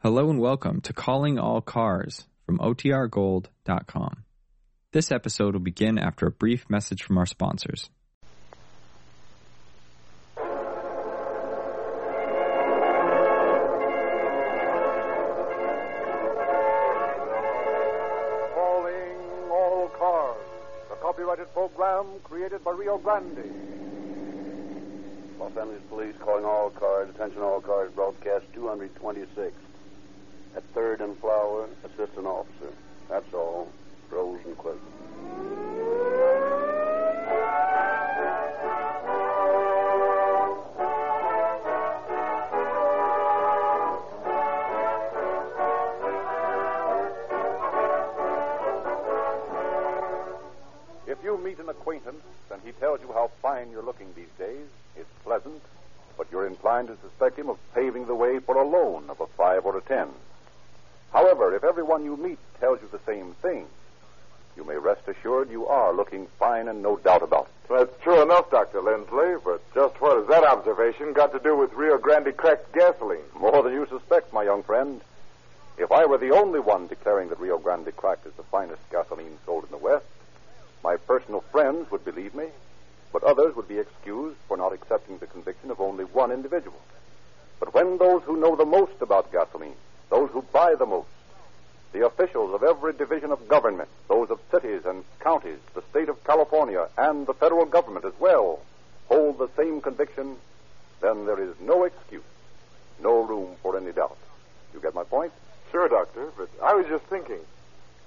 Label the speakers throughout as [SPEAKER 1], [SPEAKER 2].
[SPEAKER 1] Hello and welcome to Calling All Cars from OTRGold.com. This episode will begin after a brief message from our sponsors.
[SPEAKER 2] Calling all cars. A copyrighted program created by Rio Grande.
[SPEAKER 3] Los Angeles Police calling all cars, attention all cars, broadcast 226. At third and flower, assistant officer. That's all. Rose and Quick.
[SPEAKER 2] If you meet an acquaintance and he tells you how fine you're looking these days, it's pleasant, but you're inclined to suspect him of paving the way for a loan of a five or a ten. However, if everyone you meet tells you the same thing, you may rest assured you are looking fine and no doubt about it.
[SPEAKER 4] That's true enough, Dr. Lindsley, but just what has that observation got to do with Rio Grande cracked gasoline?
[SPEAKER 2] More than you suspect, my young friend. If I were the only one declaring that Rio Grande cracked is the finest gasoline sold in the West, my personal friends would believe me, but others would be excused for not accepting the conviction of only one individual. But when those who know the most about gasoline, those who buy the most, the officials of every division of government, those of cities and counties, the state of California, and the federal government as well, hold the same conviction, then there is no excuse, no room for any doubt. You get my point?
[SPEAKER 4] Sure, Doctor, but I was just thinking,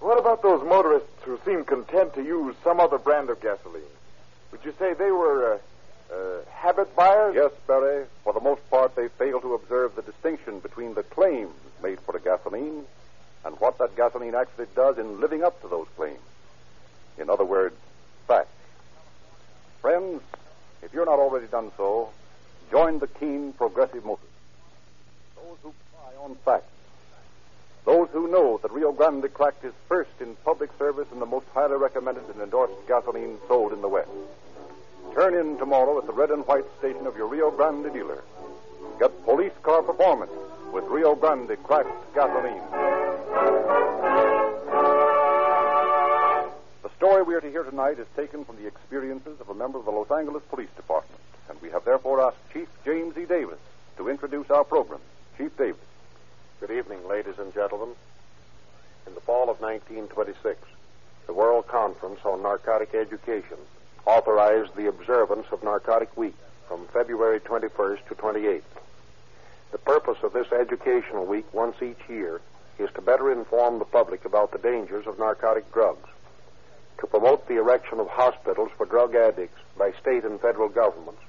[SPEAKER 4] what about those motorists who seem content to use some other brand of gasoline? Would you say they were uh, uh, habit buyers?
[SPEAKER 2] Yes, Barry. For the most part, they fail to observe the distinction between the claims made for the gasoline and what that gasoline actually does in living up to those claims. In other words, facts. Friends, if you're not already done so, join the keen progressive movement. Those who cry on facts. Those who know that Rio Grande cracked is first in public service and the most highly recommended and endorsed gasoline sold in the West. Turn in tomorrow at the red and white station of your Rio Grande dealer. Get police car performance with Rio Grande cracked gasoline. The story we are to hear tonight is taken from the experiences of a member of the Los Angeles Police Department, and we have therefore asked Chief James E. Davis to introduce our program. Chief Davis.
[SPEAKER 3] Good evening, ladies and gentlemen. In the fall of 1926, the World Conference on Narcotic Education authorized the observance of Narcotic Week from February 21st to 28th. The purpose of this educational week once each year is to better inform the public about the dangers of narcotic drugs, to promote the erection of hospitals for drug addicts by state and federal governments,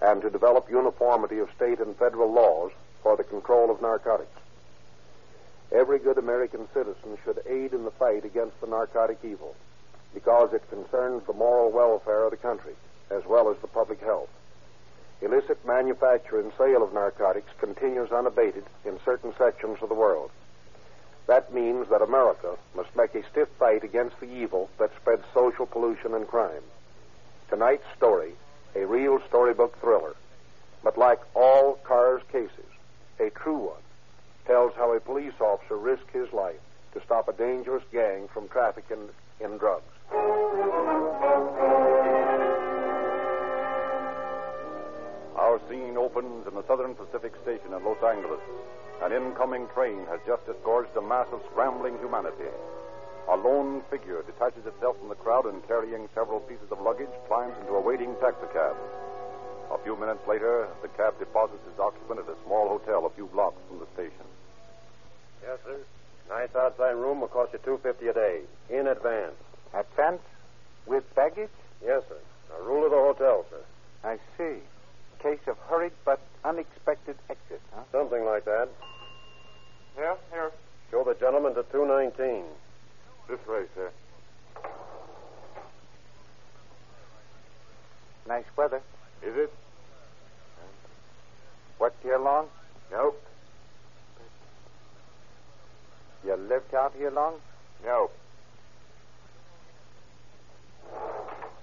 [SPEAKER 3] and to develop uniformity of state and federal laws for the control of narcotics. Every good American citizen should aid in the fight against the narcotic evil because it concerns the moral welfare of the country as well as the public health. Illicit manufacture and sale of narcotics continues unabated in certain sections of the world. That means that America must make a stiff fight against the evil that spreads social pollution and crime. Tonight's story, a real storybook thriller, but like all Carr's cases, a true one tells how a police officer risked his life to stop a dangerous gang from trafficking in drugs.
[SPEAKER 2] Our scene opens in the Southern Pacific Station in Los Angeles. An incoming train has just disgorged a mass of scrambling humanity. A lone figure detaches itself from the crowd and carrying several pieces of luggage climbs into a waiting taxicab. A few minutes later, the cab deposits its occupant at a small hotel a few blocks from the station.
[SPEAKER 3] Yes, sir. Nice outside room will cost you two fifty a day in advance.
[SPEAKER 5] Advance? With baggage?
[SPEAKER 3] Yes, sir. A rule of the hotel, sir.
[SPEAKER 5] I see. Case of hurried but unexpected exit, huh?
[SPEAKER 3] Something like that.
[SPEAKER 4] Here, here.
[SPEAKER 3] Show the gentleman to two nineteen.
[SPEAKER 4] This way, sir.
[SPEAKER 5] Nice weather.
[SPEAKER 4] Is it?
[SPEAKER 5] What here long?
[SPEAKER 4] Nope.
[SPEAKER 5] You lived out here long?
[SPEAKER 4] Nope.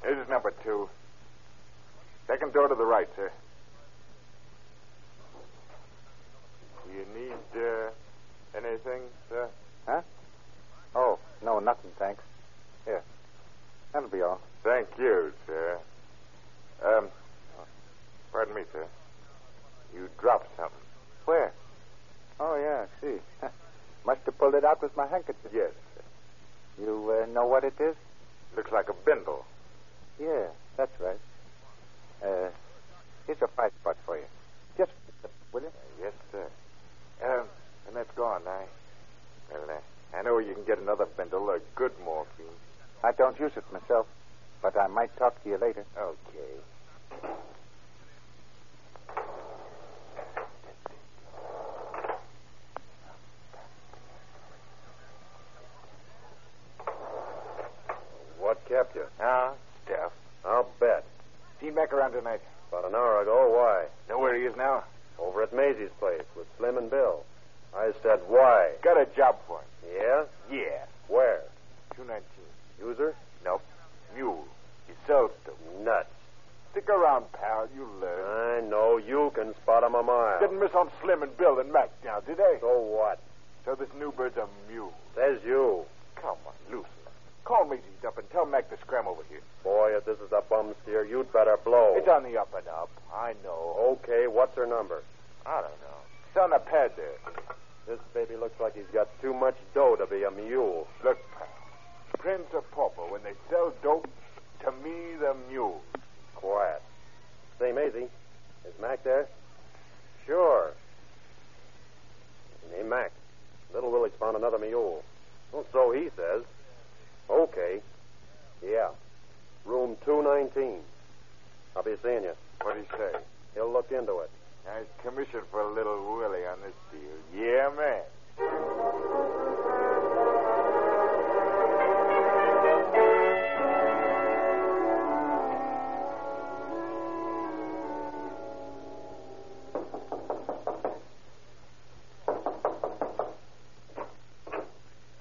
[SPEAKER 4] This is number two. Second door to the right, sir. You need uh,
[SPEAKER 6] anything, sir?
[SPEAKER 3] Oh, no, nothing, thanks. Here. That'll be all.
[SPEAKER 6] Thank you, sir. Um, pardon me, sir. You dropped something.
[SPEAKER 3] Where? Oh, yeah, I see. Must have pulled it out with my handkerchief.
[SPEAKER 6] Yes.
[SPEAKER 3] You uh, know what it is?
[SPEAKER 6] Looks like a bindle.
[SPEAKER 3] Yeah, that's right. Uh, here's a five spot for you. Just, a sip, will you?
[SPEAKER 6] Uh, Yes, sir. Um, and that's gone. I, well, uh, I, I know you can get another bindle, a good morphine.
[SPEAKER 3] I don't use it myself, but I might talk to you later.
[SPEAKER 6] Okay. What kept you?
[SPEAKER 2] Ah,
[SPEAKER 6] Deaf.
[SPEAKER 2] I'll bet.
[SPEAKER 3] See Mac around tonight.
[SPEAKER 2] About an hour ago, why?
[SPEAKER 3] Know where he is now?
[SPEAKER 2] Over at Maisie's place with Slim and Bill. I said, why?
[SPEAKER 3] Got a job for him.
[SPEAKER 2] Yeah?
[SPEAKER 3] Yeah.
[SPEAKER 2] Where?
[SPEAKER 3] 219.
[SPEAKER 2] User?
[SPEAKER 3] Nope. Mule. He sells dope.
[SPEAKER 2] Nuts.
[SPEAKER 3] Stick around, pal. You learn.
[SPEAKER 2] I know you can spot 'em a mile.
[SPEAKER 3] Didn't miss on Slim and Bill and Mac now, did they?
[SPEAKER 2] So what?
[SPEAKER 3] So this new bird's a mule.
[SPEAKER 2] Says you.
[SPEAKER 3] Come on, Lucy. Call Maisie's up and tell Mac to scram over here.
[SPEAKER 2] Boy, if this is a bum steer, you'd better blow.
[SPEAKER 3] It's on the up and up. I know.
[SPEAKER 2] Okay, what's her number?
[SPEAKER 3] I don't know. It's on the pad there.
[SPEAKER 2] This baby looks like he's got too much dough to be a mule.
[SPEAKER 3] Look, pal. Prince of pauper, when they sell dope, to me, the mule.
[SPEAKER 2] Quiet. Say, Maisie, is Mac there? Sure. Hey, Mac, little Willie's found another mule. Well, so he says. Okay. Yeah. Room 219. I'll be seeing you.
[SPEAKER 6] What'd he say?
[SPEAKER 2] He'll look into it.
[SPEAKER 6] Nice commission for little Willie on this deal. Yeah, man.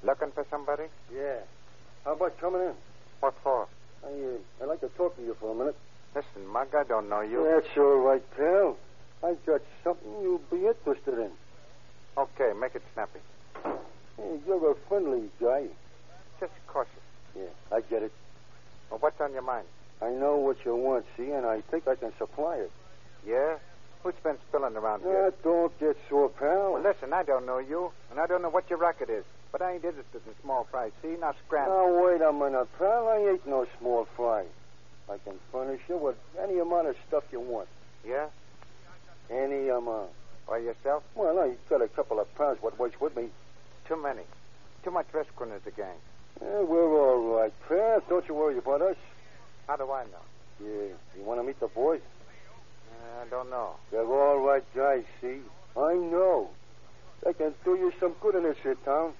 [SPEAKER 3] Looking for somebody?
[SPEAKER 2] Yeah. How about coming in?
[SPEAKER 3] What for?
[SPEAKER 2] I, uh, I'd like to talk to you for a minute.
[SPEAKER 3] Listen, Mug, I don't know you.
[SPEAKER 2] That's all right, pal. I got something you'll be interested in.
[SPEAKER 3] Okay, make it snappy.
[SPEAKER 2] Hey, you're a friendly guy.
[SPEAKER 3] Just cautious.
[SPEAKER 2] Yeah, I get it.
[SPEAKER 3] Well, what's on your mind?
[SPEAKER 2] I know what you want, see, and I think I can supply it.
[SPEAKER 3] Yeah? Who's been spilling around
[SPEAKER 2] Ah,
[SPEAKER 3] here?
[SPEAKER 2] don't get sore, pal.
[SPEAKER 3] Well, listen, I don't know you, and I don't know what your racket is, but I ain't interested in small fries, see? Now scram.
[SPEAKER 2] Now, wait a minute, pal. I ain't no small fry. I can furnish you with any amount of stuff you want.
[SPEAKER 3] Yeah?
[SPEAKER 2] Any amount.
[SPEAKER 3] By yourself?
[SPEAKER 2] Well, I got a couple of pounds what works with me.
[SPEAKER 3] Too many. Too much risk when there's a gang.
[SPEAKER 2] Yeah, we're all right, pal. Don't you worry about us.
[SPEAKER 3] How do I know?
[SPEAKER 2] Yeah, you want to meet the boys?
[SPEAKER 3] Uh, I don't know.
[SPEAKER 2] They're all right guys, see? I know. They can do you some good in this here town.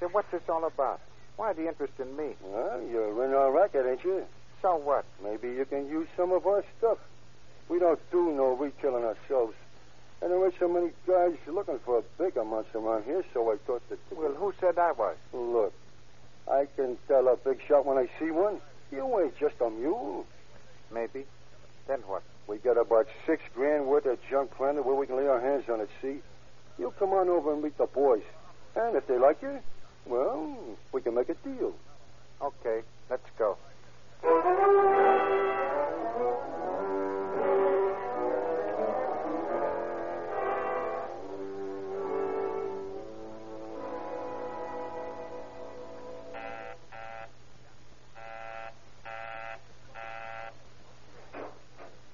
[SPEAKER 3] So what's this all about? Why the interest in me?
[SPEAKER 2] Well, you're in our racket, ain't you?
[SPEAKER 3] So what?
[SPEAKER 2] Maybe you can use some of our stuff. We don't do no retailing ourselves. And there ain't so many guys looking for big amounts around here, so I thought that.
[SPEAKER 3] Well, who said I was?
[SPEAKER 2] Look, I can tell a big shot when I see one. You ain't just a mule.
[SPEAKER 3] Maybe. Then what?
[SPEAKER 2] We got about six grand worth of junk planted where we can lay our hands on it, see? You come on over and meet the boys. And if they like you, well, we can make a deal.
[SPEAKER 3] Okay, let's go.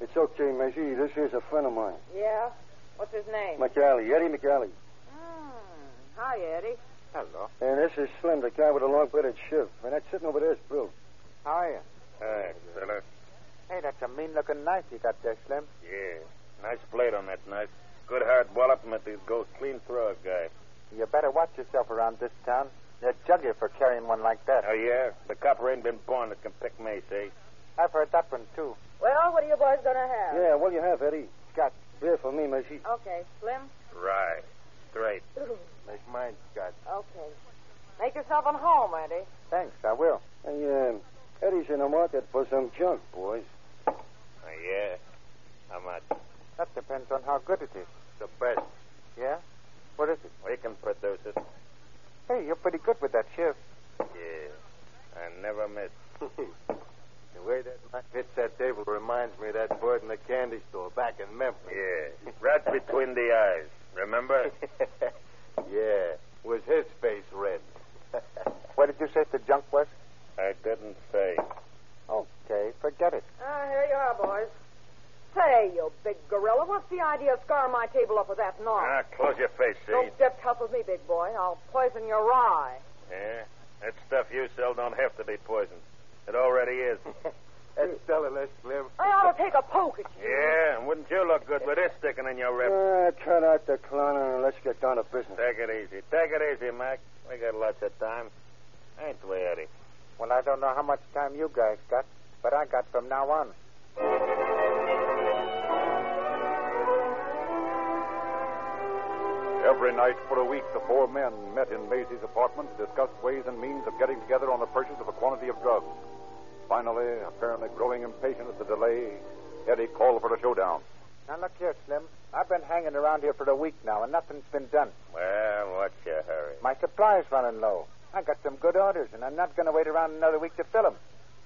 [SPEAKER 2] It's okay, Maisie. This is a friend of mine.
[SPEAKER 7] Yeah? What's his name?
[SPEAKER 2] McAlley, Eddie McAlley.
[SPEAKER 7] Hmm. Hi, Eddie.
[SPEAKER 3] Hello.
[SPEAKER 2] And this is Slim, the guy with the long bearded shiv. And that's sitting over there is Bill.
[SPEAKER 3] How are you?
[SPEAKER 8] Hey, fella.
[SPEAKER 3] Hey, that's a mean looking knife you got there, Slim.
[SPEAKER 8] Yeah. Nice blade on that knife. Good hard wallop him at these goes clean through a guy.
[SPEAKER 3] You better watch yourself around this town. They'll jug you for carrying one like that.
[SPEAKER 8] Oh, yeah? The copper ain't been born that can pick mace, eh?
[SPEAKER 3] I've heard that one, too.
[SPEAKER 7] Well, what are you boys going to have?
[SPEAKER 2] Yeah, what do you have, Eddie?
[SPEAKER 3] Scott.
[SPEAKER 2] Beer for me, Maisie.
[SPEAKER 7] Okay, Slim?
[SPEAKER 8] Right. Straight.
[SPEAKER 3] Make mine, Scott.
[SPEAKER 7] okay. Make yourself at home, Eddie.
[SPEAKER 3] Thanks, I will.
[SPEAKER 2] Hey, um, Eddie's in the market for some junk, boys.
[SPEAKER 8] Oh, yeah? How much?
[SPEAKER 3] That depends on how good it is.
[SPEAKER 8] The best
[SPEAKER 3] Yeah? What is it?
[SPEAKER 8] we can produce it.
[SPEAKER 3] good with that shift.
[SPEAKER 8] Yeah. I never miss.
[SPEAKER 3] The way that knife hits that table reminds me of that bird in the candy store back in Memphis.
[SPEAKER 8] Yeah. Right between the eyes. Remember?
[SPEAKER 3] yeah, was his face red. what did you say the junk was?
[SPEAKER 8] I didn't say.
[SPEAKER 3] Oh. Okay, forget it.
[SPEAKER 7] Ah, here you are, boys. Say, you big gorilla, what's the idea of scarring my table up with that
[SPEAKER 8] Ah,
[SPEAKER 7] knife?
[SPEAKER 8] close your face, see?
[SPEAKER 7] Don't dip cup with me, big boy. I'll poison your rye.
[SPEAKER 8] Yeah. That stuff you sell don't have to be poisoned. It already is.
[SPEAKER 3] That's telling us, Slim.
[SPEAKER 7] I ought to take a poke at you.
[SPEAKER 8] Yeah, and wouldn't you look good with this sticking in your rib?
[SPEAKER 2] Uh,
[SPEAKER 3] cut out the clown and let's get down to business.
[SPEAKER 8] Take it easy. Take it easy, Mac. We got lots of time. Ain't we, Eddie?
[SPEAKER 3] Well, I don't know how much time you guys got, but I got from now on.
[SPEAKER 9] Every night for a week, the four men met in Maisie's apartment to discuss ways and means of getting together on the purchase of a quantity of drugs. Finally, apparently growing impatient at the delay, Eddie called for a showdown.
[SPEAKER 3] Now, look here, Slim. I've been hanging around here for a week now, and nothing's been done.
[SPEAKER 8] Well, what's your hurry?
[SPEAKER 3] My supply's running low. I got some good orders, and I'm not going to wait around another week to fill 'em.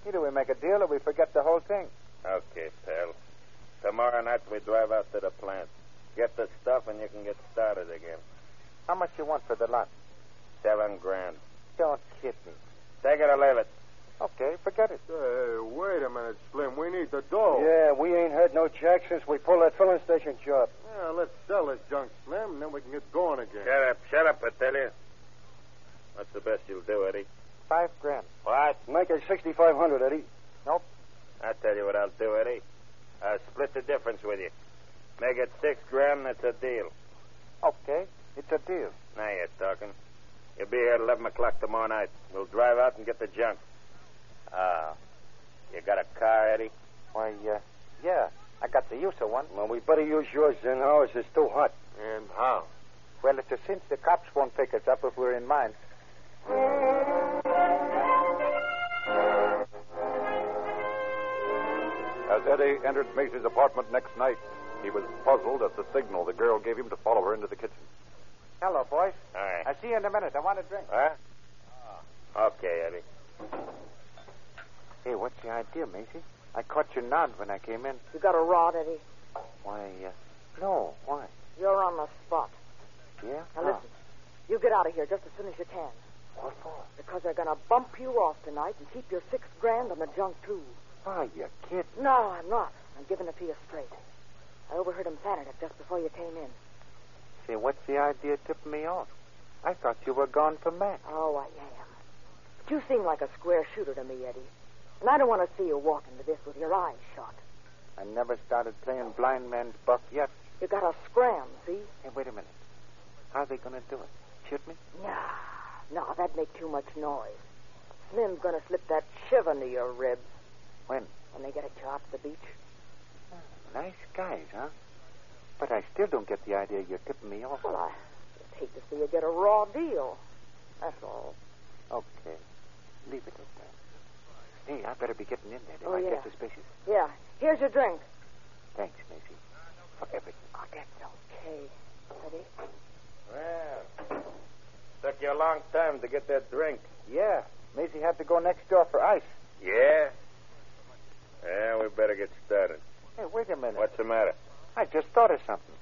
[SPEAKER 3] Either we make a deal or we forget the whole thing.
[SPEAKER 8] Okay, pal. Tomorrow night we drive out to the plant. Get the stuff and you can get started again.
[SPEAKER 3] How much you want for the lot?
[SPEAKER 8] Seven grand.
[SPEAKER 3] Don't kid me.
[SPEAKER 8] Take it or leave it.
[SPEAKER 3] Okay, forget it.
[SPEAKER 6] Hey, wait a minute, Slim. We need the dough.
[SPEAKER 3] Yeah, we ain't heard no jack since we pulled that filling station job.
[SPEAKER 6] Yeah, let's sell this junk, Slim, and then we can get going again.
[SPEAKER 8] Shut up, shut up, I tell you. That's the best you'll do, Eddie?
[SPEAKER 3] Five grand.
[SPEAKER 8] What?
[SPEAKER 3] Make it 6500 Eddie. Nope.
[SPEAKER 8] I tell you what I'll do, Eddie. I'll split the difference with you. Make it six grand, and it's a deal.
[SPEAKER 3] Okay, it's a deal.
[SPEAKER 8] Now you're talking. You'll be here at 11 o'clock tomorrow night. We'll drive out and get the junk. Ah. You got a car, Eddie?
[SPEAKER 3] Why, uh, yeah, I got the use of one.
[SPEAKER 8] Well, we better use yours then. Ours is too hot.
[SPEAKER 6] And how?
[SPEAKER 3] Well, it's a cinch the cops won't pick us up if we're in mine.
[SPEAKER 9] As Eddie entered Maisie's apartment next night, he was puzzled at the signal the girl gave him to follow her into the kitchen.
[SPEAKER 3] Hello, boys.
[SPEAKER 8] All right.
[SPEAKER 3] I'll see you in a minute. I want a drink.
[SPEAKER 8] Huh? Okay, Eddie.
[SPEAKER 3] Hey, what's the idea, Macy? I caught your nod when I came in.
[SPEAKER 7] You got a rod, Eddie.
[SPEAKER 3] Why, uh, no. Why?
[SPEAKER 7] You're on the spot.
[SPEAKER 3] Yeah?
[SPEAKER 7] Now listen, you get out of here just as soon as you can.
[SPEAKER 3] Huh. Oh, What for?
[SPEAKER 7] Because they're going to bump you off tonight and keep your six grand on the junk, too.
[SPEAKER 3] Why, Ah, you kid.
[SPEAKER 7] No, I'm not. I'm giving it to you straight. I overheard him planning it just before you came in.
[SPEAKER 3] Say, what's the idea tipping me off? I thought you were gone for Mac.
[SPEAKER 7] Oh, I am. But you seem like a square shooter to me, Eddie. And I don't want to see you walk into this with your eyes shut.
[SPEAKER 3] I never started playing blind man's buff yet.
[SPEAKER 7] You got to scram, see?
[SPEAKER 3] Hey, wait a minute. How are they going to do it? Shoot me?
[SPEAKER 7] Nah, nah, that'd make too much noise. Slim's going to slip that shiv into your ribs.
[SPEAKER 3] When?
[SPEAKER 7] When they get a job at the beach.
[SPEAKER 3] Nice guys, huh? But I still don't get the idea you're tipping me off.
[SPEAKER 7] Well, I just hate to see you get a raw deal. That's all.
[SPEAKER 3] Okay. Leave it at that. Hey, I better be getting in there. They
[SPEAKER 7] Oh,
[SPEAKER 3] might
[SPEAKER 7] yeah.
[SPEAKER 3] get suspicious.
[SPEAKER 7] Yeah, here's your drink.
[SPEAKER 3] Thanks, Macy, for everything. Oh, that's all.
[SPEAKER 7] Okay, Eddie.
[SPEAKER 8] Well, took you a long time to get that drink.
[SPEAKER 3] Yeah. Macy had to go next door for ice.
[SPEAKER 8] Yeah? Yeah, we better get started.
[SPEAKER 3] Hey, wait a minute.
[SPEAKER 8] What's the matter?
[SPEAKER 3] I just thought of something.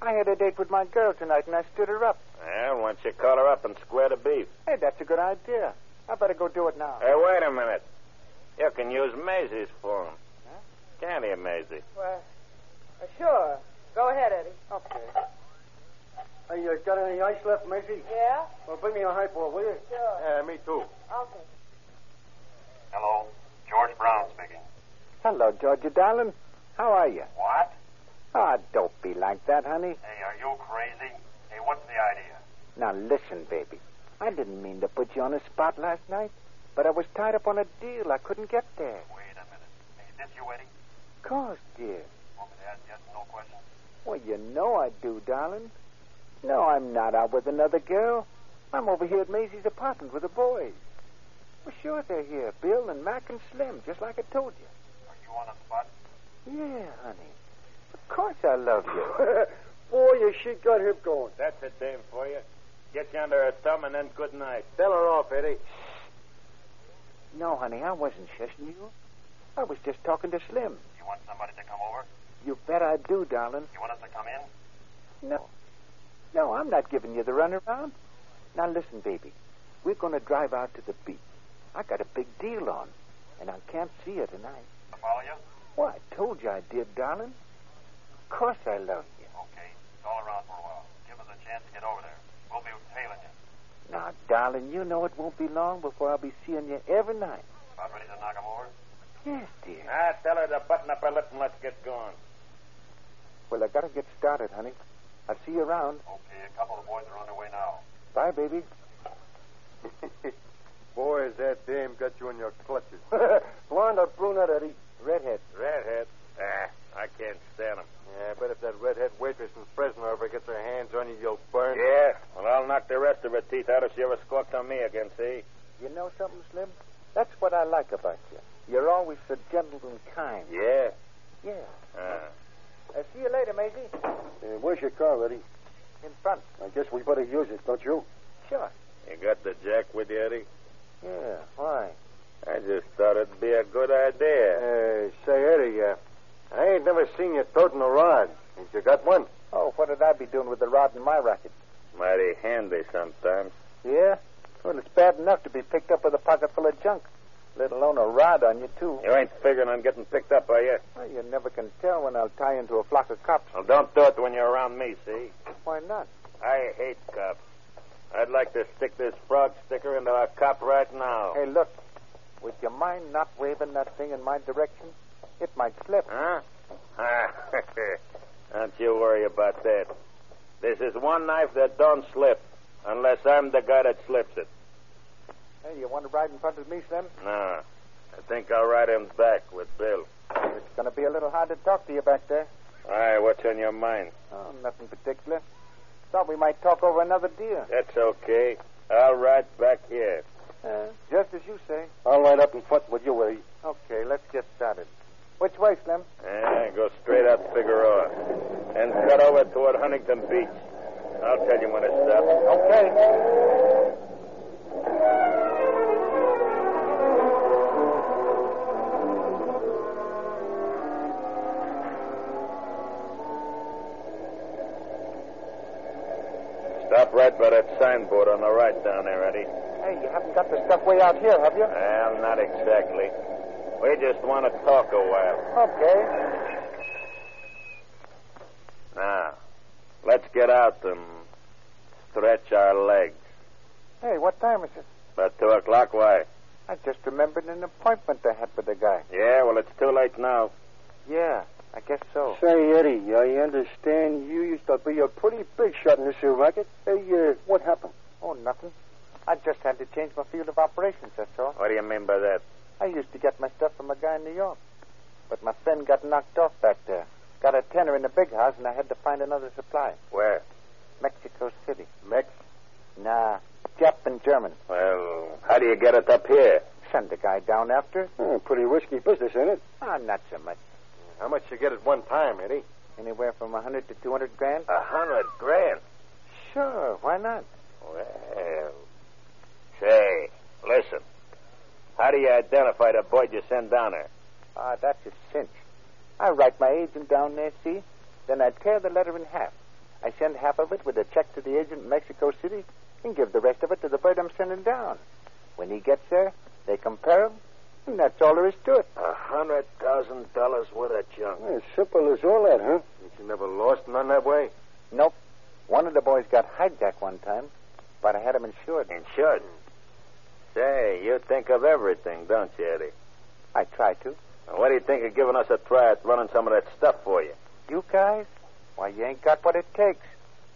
[SPEAKER 3] I had a date with my girl tonight, and I stood her up.
[SPEAKER 8] Well, why don't you call her up and square the beef?
[SPEAKER 3] Hey, that's a good idea. I better go do it now.
[SPEAKER 8] Hey, wait a minute. You can use Maisie's phone. Can't you, Maisie?
[SPEAKER 7] Well, uh, sure. Go ahead, Eddie.
[SPEAKER 3] Okay. Hey, you got any ice left, Macy?
[SPEAKER 7] Yeah?
[SPEAKER 3] Well, bring me a highball, will you?
[SPEAKER 7] Sure.
[SPEAKER 6] Yeah, me too.
[SPEAKER 7] Okay.
[SPEAKER 10] Hello, George Brown speaking.
[SPEAKER 3] Hello, Georgia, darling. How are you?
[SPEAKER 10] What?
[SPEAKER 3] Ah, don't be like that, honey.
[SPEAKER 10] Hey, are you crazy? Hey, what's the idea?
[SPEAKER 3] Now, listen, baby. I didn't mean to put you on the spot last night, but I was tied up on a deal. I couldn't get there.
[SPEAKER 10] Wait a minute. Hey, is this you, Eddie?
[SPEAKER 3] Of course, dear.
[SPEAKER 10] Want me to ask yes or no question?
[SPEAKER 3] Well, you know I do, darling. No, I'm not out with another girl. I'm over here at Maisie's apartment with the boys. Well, sure they're here, Bill and Mac and Slim, just like I told you.
[SPEAKER 10] Are you on the spot?
[SPEAKER 3] Yeah, honey. Of course I love you.
[SPEAKER 8] That's a dame for you. Get you under her thumb and then good night.
[SPEAKER 2] Tell her off, Eddie.
[SPEAKER 3] No, honey, I wasn't shushing you. I was just talking to Slim.
[SPEAKER 10] You want somebody to come over?
[SPEAKER 3] You bet I do, darling.
[SPEAKER 10] You want us to come in?
[SPEAKER 3] No. No, I'm not giving you the runaround. Now listen, baby. We're going to drive out to the beach. I got a big deal on, and I can't see you tonight.
[SPEAKER 10] To follow you?
[SPEAKER 3] Well, I told you I did, darling. Of course I love you.
[SPEAKER 10] Okay. Stall around for a while. Give us a chance to get over there. We'll be tailing you.
[SPEAKER 3] Now, darling, you know it won't be long before I'll be seeing you every night.
[SPEAKER 10] About ready to knock 'em over?
[SPEAKER 3] Yes, dear.
[SPEAKER 8] Ah, tell her to button up her lip and let's get going.
[SPEAKER 3] Well, I gotta get started, honey. I'll see you around.
[SPEAKER 10] Okay, a couple of boys are on their way now.
[SPEAKER 3] Bye, baby.
[SPEAKER 2] Boy, has that dame got you in your clutches.
[SPEAKER 3] Blonde or brunette, Eddie? Redhead.
[SPEAKER 8] Redhead? Ah, I can't stand him.
[SPEAKER 2] Yeah, I bet if that redhead waitress in Fresno ever gets her hands on you, you'll burn.
[SPEAKER 8] Yeah, well, I'll knock the rest of her teeth out if she ever squawked on me again, see?
[SPEAKER 3] You know something, Slim? That's what I like about you. You're always so gentle and kind.
[SPEAKER 8] Yeah.
[SPEAKER 3] Yeah.
[SPEAKER 8] Ah.
[SPEAKER 3] Uh, see you later, Maisie.
[SPEAKER 2] Uh, where's your car, Eddie?
[SPEAKER 3] In front.
[SPEAKER 2] I guess we better use it, don't you?
[SPEAKER 3] Sure.
[SPEAKER 8] You got the jack with you, Eddie?
[SPEAKER 3] Yeah. Why?
[SPEAKER 8] I just thought it'd be a good idea.
[SPEAKER 2] Uh, say, Eddie, uh, I ain't never seen you toting a rod. Ain't you got one?
[SPEAKER 3] Oh, what did I be doing with the rod in my racket?
[SPEAKER 8] Mighty handy sometimes.
[SPEAKER 3] Yeah? Well, it's bad enough to be picked up with a pocket full of junk, let alone a rod on you, too.
[SPEAKER 8] You ain't figuring on getting picked up, are you?
[SPEAKER 3] Well, you never can tell when I'll tie into a flock of cops.
[SPEAKER 8] Well, don't do it when you're around me, see?
[SPEAKER 3] Why not?
[SPEAKER 8] I hate cops. I'd like to stick this frog sticker into a cop right now.
[SPEAKER 3] Hey, look. With your mind not waving that thing in my direction, it might slip.
[SPEAKER 8] Huh? Ah, don't you worry about that. This is one knife that don't slip, unless I'm the guy that slips it.
[SPEAKER 3] Hey, you want to ride in front of me, Slim?
[SPEAKER 8] No, I think I'll ride him back with Bill.
[SPEAKER 3] It's going to be a little hard to talk to you back there.
[SPEAKER 8] All right, what's on your mind?
[SPEAKER 3] Oh, nothing particular. Thought we might talk over another deal.
[SPEAKER 8] That's okay. I'll ride back here.
[SPEAKER 3] Just as you say.
[SPEAKER 2] I'll line up in front with you, Eddie.
[SPEAKER 3] Okay, let's get started. Which way, Slim?
[SPEAKER 8] Yeah, Eh, go straight out Figueroa, and cut over toward Huntington Beach. I'll tell you when to stop.
[SPEAKER 3] Okay.
[SPEAKER 8] Stop right by that signboard on the right down there, Eddie.
[SPEAKER 3] Hey, you haven't got the stuff way out here, have you?
[SPEAKER 8] Well, not exactly. We just want to talk a while.
[SPEAKER 3] Okay.
[SPEAKER 8] Now, let's get out and stretch our legs.
[SPEAKER 3] Hey, what time is it?
[SPEAKER 8] About two o'clock, why?
[SPEAKER 3] I just remembered an appointment I had with a guy.
[SPEAKER 8] Yeah, well, it's too late now.
[SPEAKER 3] Yeah, I guess so.
[SPEAKER 2] Say, Eddie, I understand you used to be a pretty big shot in this here racket. Hey, uh, what happened?
[SPEAKER 3] Oh, nothing. I just had to change my field of operations, that's all.
[SPEAKER 8] What do you mean by that?
[SPEAKER 3] I used to get my stuff from a guy in New York. But my friend got knocked off back there. Got a tenor in the big house, and I had to find another supply.
[SPEAKER 8] Where?
[SPEAKER 3] Mexico City.
[SPEAKER 8] Mex.
[SPEAKER 3] Nah, Jap and German.
[SPEAKER 8] Well, how do you get it up here?
[SPEAKER 3] Send the guy down after. it.
[SPEAKER 2] Hmm, pretty risky business, ain't it?
[SPEAKER 3] Ah, not so much.
[SPEAKER 2] How much you get at one time, Eddie?
[SPEAKER 3] Anywhere from a hundred to two hundred grand.
[SPEAKER 8] A hundred grand.
[SPEAKER 3] Sure, why not?
[SPEAKER 8] Well, say, listen. How do you identify the boy you send down there?
[SPEAKER 3] Ah, that's a cinch. I write my agent down there, see? Then I tear the letter in half. I send half of it with a check to the agent in Mexico City and give the rest of it to the bird I'm sending down. When he gets there, they compare 'em, and that's all there is to it.
[SPEAKER 8] A hundred thousand dollars worth of junk.
[SPEAKER 2] Well, as simple as all that, huh? You never lost none that way?
[SPEAKER 3] Nope. One of the boys got hijacked one time, but I had him insured.
[SPEAKER 8] Insured. Say, you think of everything, don't you, Eddie?
[SPEAKER 3] I try to.
[SPEAKER 8] Now, what do you think of giving us a try at running some of that stuff for you?
[SPEAKER 3] You guys? Why, you ain't got what it takes.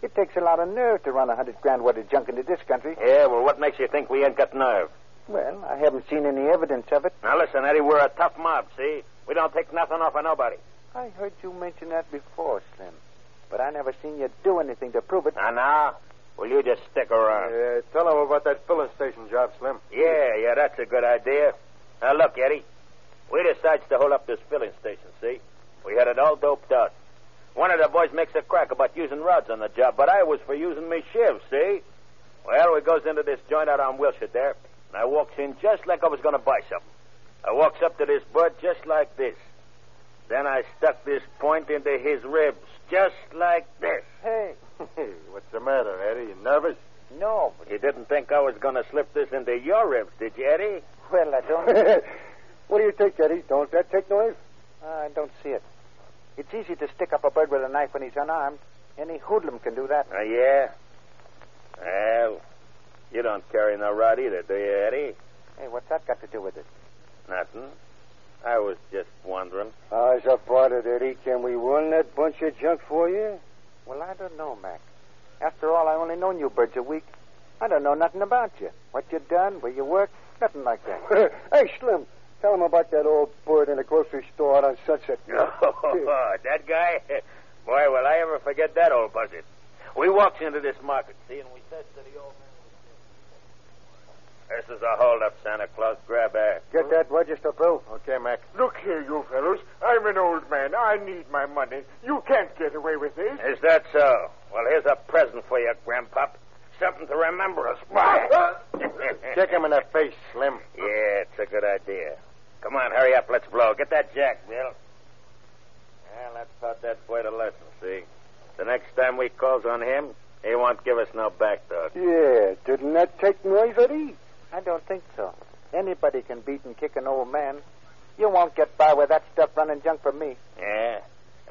[SPEAKER 3] It takes a lot of nerve to run a hundred grand worth of junk into this country.
[SPEAKER 8] Yeah, well, what makes you think we ain't got nerve?
[SPEAKER 3] Well, I haven't seen any evidence of it.
[SPEAKER 8] Now, listen, Eddie, we're a tough mob, see? We don't take nothing off of nobody.
[SPEAKER 3] I heard you mention that before, Slim. But I never seen you do anything to prove it.
[SPEAKER 8] Now, now, will you just stick around?
[SPEAKER 2] Uh, tell him about that filling station job, Slim.
[SPEAKER 8] Yeah, yeah, that's a good idea. Now, look, Eddie. We decides to hold up this filling station, see? We had it all doped out. One of the boys makes a crack about using rods on the job, but I was for using me shivs, see? Well, we goes into this joint out on Wilshire there, and I walks in just like I was going to buy something. I walks up to this bird just like this. Then I stuck this point into his ribs, just like this.
[SPEAKER 2] Hey, what's the matter, Eddie? You nervous?
[SPEAKER 11] No, but
[SPEAKER 8] You didn't think I was going to slip this into your ribs, did you, Eddie?
[SPEAKER 11] well, I don't.
[SPEAKER 2] what do you think, Eddie? Don't that take noise?
[SPEAKER 11] I don't see it. It's easy to stick up a bird with a knife when he's unarmed. Any hoodlum can do that.
[SPEAKER 8] Oh, yeah? Well, you don't carry no rod either, do you, Eddie?
[SPEAKER 11] Hey, what's that got to do with it?
[SPEAKER 8] Nothing. I was just wondering.
[SPEAKER 2] How's about it, Eddie? Can we run that bunch of junk for you?
[SPEAKER 11] Well, I don't know, Mac. After all, I only known you birds a week. I don't know nothing about you. What you done, where you work, nothing like that.
[SPEAKER 2] hey, Slim, tell him about that old bird in the grocery store out on Sunset.
[SPEAKER 8] Oh, that guy? Boy, will I ever forget that old buzzard. We walks into this market, see, and we says to the old man... This is a holdup, Santa Claus. Grab her.
[SPEAKER 2] Get that register, Bill.
[SPEAKER 12] Okay, Mac. Look here, you fellows. I'm an old man. I need my money. You can't get away with this.
[SPEAKER 8] Is that so? Well, here's a present for you, Grandpop. Something to remember us by.
[SPEAKER 2] Kick him in the face, Slim.
[SPEAKER 8] Yeah, it's a good idea. Come on, hurry up. Let's blow. Get that jack, Bill. Well, that's taught that boy a lesson, see? The next time we calls on him, he won't give us no back talk.
[SPEAKER 2] Yeah, didn't that take noise, Eddie?
[SPEAKER 11] I don't think so. Anybody can beat and kick an old man. You won't get by with that stuff running junk from me.
[SPEAKER 8] Yeah?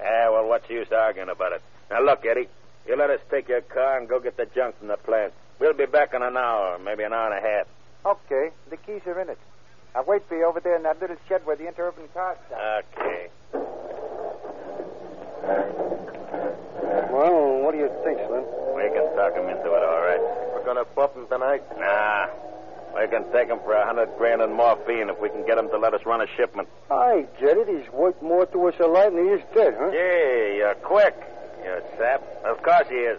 [SPEAKER 8] Yeah, well, what's the use arguing about it? Now, look, Eddie, you let us take your car and go get the junk from the plant. We'll be back in an hour, maybe an hour and a half.
[SPEAKER 11] Okay, the keys are in it. I'll wait for you over there in that little shed where the interurban cars stop.
[SPEAKER 2] Uh,
[SPEAKER 8] Okay.
[SPEAKER 2] Well, what do you think, Slim?
[SPEAKER 8] We can talk him into it, all right.
[SPEAKER 2] We're gonna bump him tonight.
[SPEAKER 8] Nah. We can take him for a hundred grand in morphine if we can get him to let us run a shipment.
[SPEAKER 2] I get it. He's worth more to us alive than he is dead, huh?
[SPEAKER 8] Gee, you're quick, you sap. Of course he is.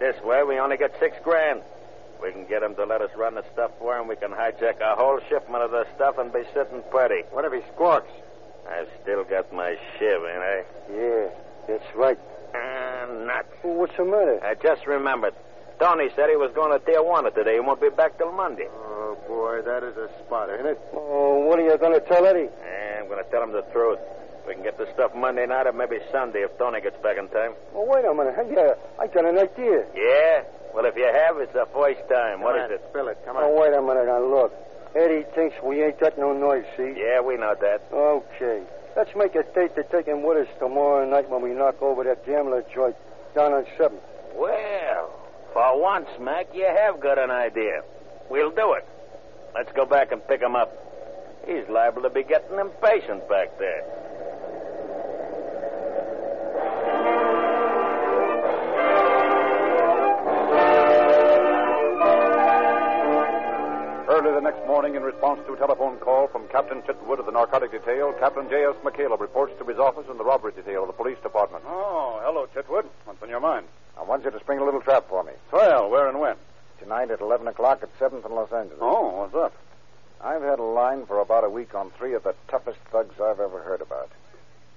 [SPEAKER 8] This way, we only get six grand. We can get him to let us run the stuff for him. We can hijack a whole shipment of the stuff and be sitting pretty.
[SPEAKER 2] What if he squawks?
[SPEAKER 8] I've still got my shiv, ain't I?
[SPEAKER 2] Yeah, that's right.
[SPEAKER 8] Ah, nuts.
[SPEAKER 2] Well, what's the matter?
[SPEAKER 8] I just remembered. Tony said he was going to Tijuana today. He won't be back till Monday.
[SPEAKER 2] Oh, boy, that is a spot, isn't it? Oh, what are you gonna tell Eddie?
[SPEAKER 8] Eh, I'm going to tell him the truth. We can get the stuff Monday night or maybe Sunday if Tony gets back in time.
[SPEAKER 2] Oh, wait a minute. Hey, yeah, I got an idea.
[SPEAKER 8] Yeah? Well, if you have, it's the first time. What is it?
[SPEAKER 2] Spill it. Come on. Oh, wait a minute. Now, look. Eddie thinks we ain't got no noise, see?
[SPEAKER 8] Yeah, we know that.
[SPEAKER 2] Okay. Let's make a date to take him with us tomorrow night when we knock over that gambler joint down on 7th.
[SPEAKER 8] Well, for once, Mac, you have got an idea. We'll do it. Let's go back and pick him up. He's liable to be getting impatient back there.
[SPEAKER 3] Oh, Early the next morning, in response to a telephone call from Captain Chitwood of the Narcotic Detail, Captain J.S. McCaleb reports to his office in the robbery detail of the police department.
[SPEAKER 2] Oh, hello, Chitwood. What's on your mind?
[SPEAKER 3] I want you to spring a little trap for me.
[SPEAKER 2] Well, where and when?
[SPEAKER 3] Tonight at 11 o'clock at 7th in Los Angeles.
[SPEAKER 2] Oh, what's up?
[SPEAKER 3] I've had a line for about a week on three of the toughest thugs I've ever heard about.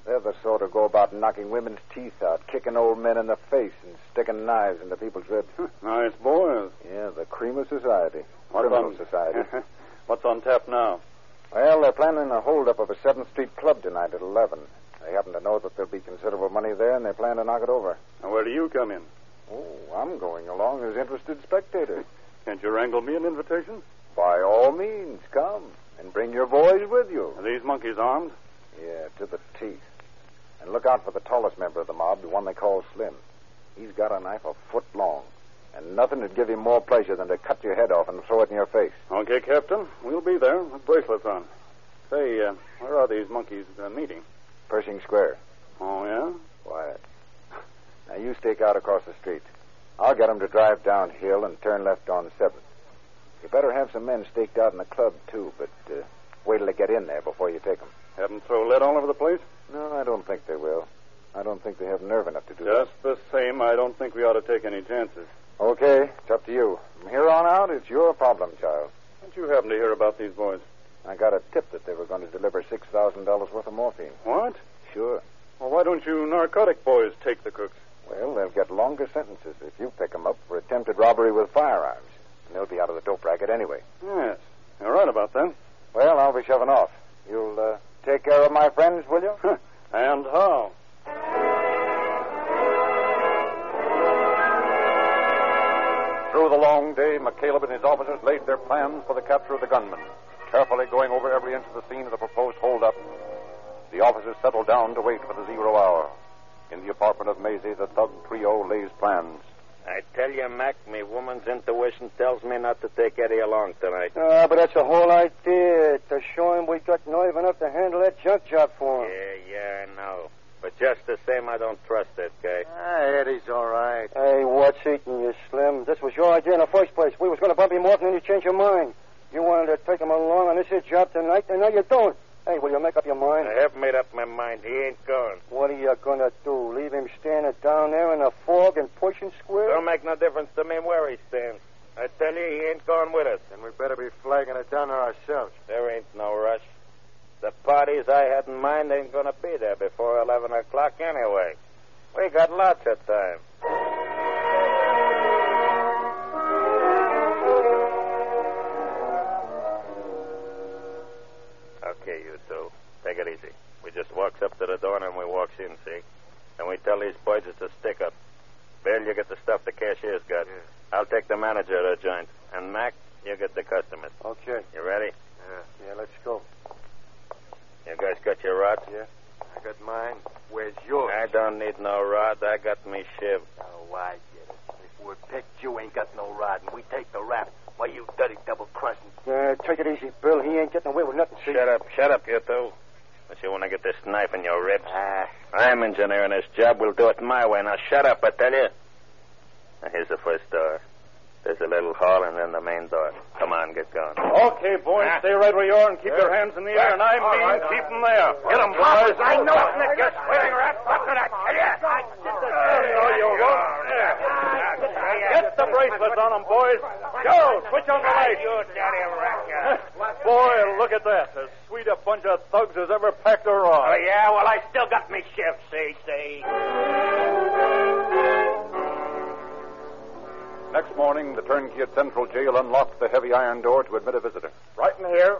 [SPEAKER 3] They're the sort who go about knocking women's teeth out, kicking old men in the face, and sticking knives into people's ribs.
[SPEAKER 2] Nice boys.
[SPEAKER 3] yeah, the cream of society.
[SPEAKER 2] What's
[SPEAKER 3] Criminal
[SPEAKER 2] on-
[SPEAKER 3] society.
[SPEAKER 2] What's on tap now?
[SPEAKER 3] Well, they're planning a holdup of a 7th Street club tonight at 11. They happen to know that there'll be considerable money there, and they plan to knock it over.
[SPEAKER 2] And where do you come in?
[SPEAKER 3] Oh, I'm going along as interested spectator.
[SPEAKER 2] Can't you wrangle me an invitation?
[SPEAKER 3] By all means, come. And bring your boys with you.
[SPEAKER 2] Are these monkeys armed?
[SPEAKER 3] Yeah, to the teeth. And look out for the tallest member of the mob, the one they call Slim. He's got a knife a foot long, and nothing would give him more pleasure than to cut your head off and throw it in your face.
[SPEAKER 2] Okay, Captain. We'll be there with bracelets on. Say, uh, where are these monkeys uh, meeting?
[SPEAKER 3] Pershing Square.
[SPEAKER 2] Oh, yeah?
[SPEAKER 3] Quiet. Now you stake out across the street. I'll get 'em to drive downhill and turn left on 7th. You better have some men staked out in the club, too, but uh, wait till they get in there before you take 'em.
[SPEAKER 2] Have them throw lead all over the place?
[SPEAKER 3] No, I don't think they will. I don't think they have nerve enough to do that.
[SPEAKER 2] Just the same, I don't think we ought to take any chances.
[SPEAKER 3] Okay, it's up to you. From here on out, it's your problem, child.
[SPEAKER 2] What you happen to hear about these boys?
[SPEAKER 3] I got a tip that they were going to deliver $6,000 worth of morphine.
[SPEAKER 2] What?
[SPEAKER 3] Sure.
[SPEAKER 2] Well, why don't you narcotic boys take the crooks?
[SPEAKER 3] Well, they'll get longer sentences if you pick 'em up for attempted robbery with firearms. And they'll be out of the dope racket anyway.
[SPEAKER 2] Yes, you're right about that.
[SPEAKER 3] Well, I'll be shoving off. You'll uh, take care of my friends, will you?
[SPEAKER 2] And how?
[SPEAKER 3] Through the long day, McCaleb and his officers laid their plans for the capture of the gunman, carefully going over every inch of the scene of the proposed holdup. The officers settled down to wait for the zero hour. In the apartment of Maisie, the thug trio lays plans.
[SPEAKER 8] I tell you, Mac, me woman's intuition tells me not to take Eddie along tonight.
[SPEAKER 2] Ah, but that's the whole idea, to show him we got nerve enough to handle that junk job for him.
[SPEAKER 8] Yeah, yeah, I know. But just the same, I don't trust that guy.
[SPEAKER 2] Ah, Eddie's all right. Hey, what's eating you, Slim? This was your idea in the first place. We was going to bump him off, and then you changed your mind. You wanted to take him along on this here job tonight, and now you don't. Hey, will you make up your mind?
[SPEAKER 8] I have made up my mind. He ain't going.
[SPEAKER 2] What are you going to do? Leave him standing down there in the fog and pushing square?
[SPEAKER 8] Don't make no difference to me where he stands. I tell you, he ain't going with us.
[SPEAKER 2] Then we better be flagging it down there ourselves.
[SPEAKER 8] There ain't no rush. The parties I had in mind ain't going to be there before 11 o'clock anyway. We got lots of time. Okay, you two. Take it easy. We just walks up to the door and we walks in, see? And we tell these boys it's a stick up. Bill, you get the stuff the cashier's got. I'll take the manager of the joint. And Mac, you get the customers.
[SPEAKER 2] Okay.
[SPEAKER 8] You ready?
[SPEAKER 2] Yeah, yeah let's go.
[SPEAKER 8] You guys got your rods?
[SPEAKER 2] Yeah. I got mine. Where's yours?
[SPEAKER 8] I don't need no rod. I got me shiv.
[SPEAKER 9] Oh, I get it. If we're picked, you ain't got no rod, and we take the rap. Why, you dirty double crossing.
[SPEAKER 2] Uh, take it easy, Bill. He ain't getting away with nothing.
[SPEAKER 8] Shut up, shut up, you two. Unless you want to get this knife in your ribs.
[SPEAKER 9] Ah,
[SPEAKER 8] I'm engineering this job. We'll do it my way. Now shut up, I tell you. Now, here's the first door. There's a little hall and then the main door. Come on, get going. Ah.
[SPEAKER 2] Okay, boys, stay right where you are and keep your hands in the air. And I mean, keep them there. Get them, boys. I know it. You're sweating rat. What did I tell you? No, you won't. There. Get the bracelets on them, boys. Go, switch on the light. You dirty rat. Boy, look at that. As sweet a bunch of thugs as ever packed a raw.
[SPEAKER 8] Oh, yeah? Well, I still got me shift, see, see.
[SPEAKER 3] Next morning, the turnkey at Central Jail unlocked the heavy iron door to admit a visitor.
[SPEAKER 2] Right in here.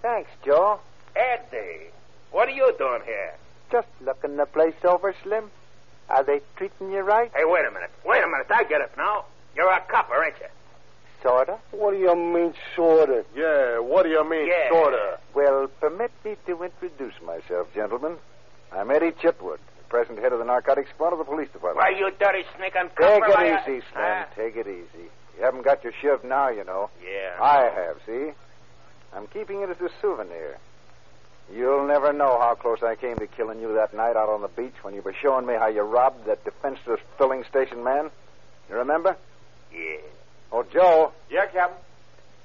[SPEAKER 9] thanks, Joe.
[SPEAKER 8] Eddie, what are you doing here?
[SPEAKER 9] Just looking the place over, Slim. Are they treating you right?
[SPEAKER 8] Hey, wait a minute. Wait a minute. I get it now. You're a copper, ain't you?
[SPEAKER 9] Sorta.
[SPEAKER 2] What do you mean, sorta?
[SPEAKER 6] Yeah, what do you mean,
[SPEAKER 8] Yeah.
[SPEAKER 6] sorta?
[SPEAKER 3] Well, permit me to introduce myself, gentlemen. I'm Eddie Chipwood, the present head of the narcotics squad of the police department.
[SPEAKER 8] Why, you dirty snake on copper.
[SPEAKER 3] Take
[SPEAKER 8] why,
[SPEAKER 3] it
[SPEAKER 8] I-
[SPEAKER 3] easy, Slim.
[SPEAKER 8] Huh?
[SPEAKER 3] Take it easy. You haven't got your shiv now, you know.
[SPEAKER 8] Yeah.
[SPEAKER 3] I have, see? I'm keeping it as a souvenir. You'll never know how close I came to killing you that night out on the beach when you were showing me how you robbed that defenseless filling station man. You remember?
[SPEAKER 8] Yeah.
[SPEAKER 3] Oh, Joe,
[SPEAKER 6] Yeah, Captain.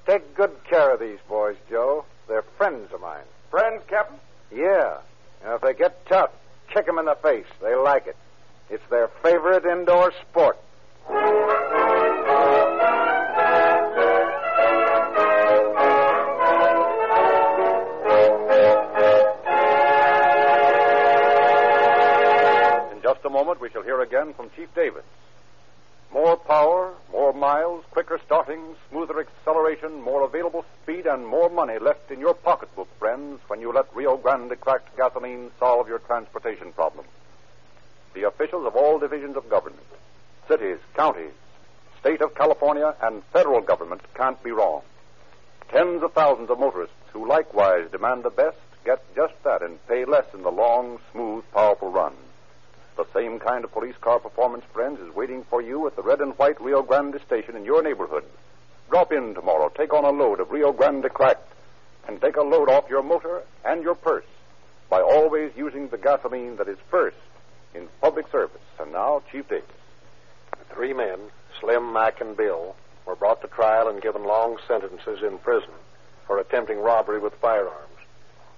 [SPEAKER 3] take good care of these boys, Joe. They're friends of mine.
[SPEAKER 6] Friends, Captain?
[SPEAKER 3] Yeah. And if they get tough, kick 'em in the face. They like it. It's their favorite indoor sport. In just a moment, we shall hear again from Chief Davis. More power, more miles, quicker starting, smoother acceleration, more available speed, and more money left in your pocketbook, friends, when you let Rio Grande cracked gasoline solve your transportation problem. The officials of all divisions of government, cities, counties, state of California, and federal government can't be wrong. Tens of thousands of motorists who likewise demand the best get just that and pay less in the long, smooth, powerful run. The same kind of police car performance, friends, is waiting for you at the red and white Rio Grande station in your neighborhood. Drop in tomorrow, take on a load of Rio Grande cracked, and take a load off your motor and your purse by always using the gasoline that is first in public service. And now, Chief Davis.
[SPEAKER 2] The three men, Slim, Mac, and Bill, were brought to trial and given long sentences in prison for attempting robbery with firearms,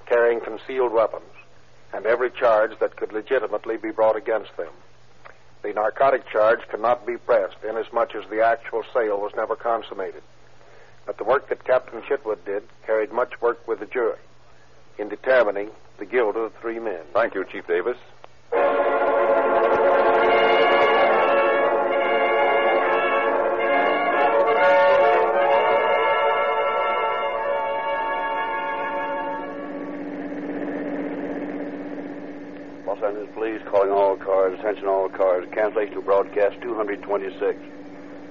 [SPEAKER 2] carrying concealed weapons, and every charge that could legitimately be brought against them. The narcotic charge could not be pressed, inasmuch as the actual sale was never consummated. But the work that Captain Chitwood did carried much work with the jury in determining the guilt of the three men.
[SPEAKER 3] Thank you, Chief Davis.
[SPEAKER 2] Passengers, please calling all cars, attention all cars. Cancellation of broadcast 226.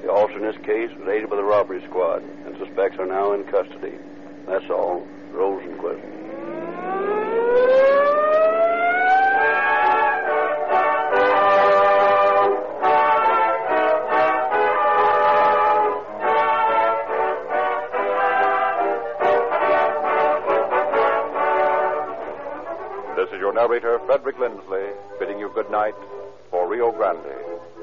[SPEAKER 2] The officer in this case was aided by the robbery squad, and suspects are now in custody. That's all. Rosenquist.
[SPEAKER 9] This is your narrator, Frederick Lindsley, bidding you good night for Rio Grande.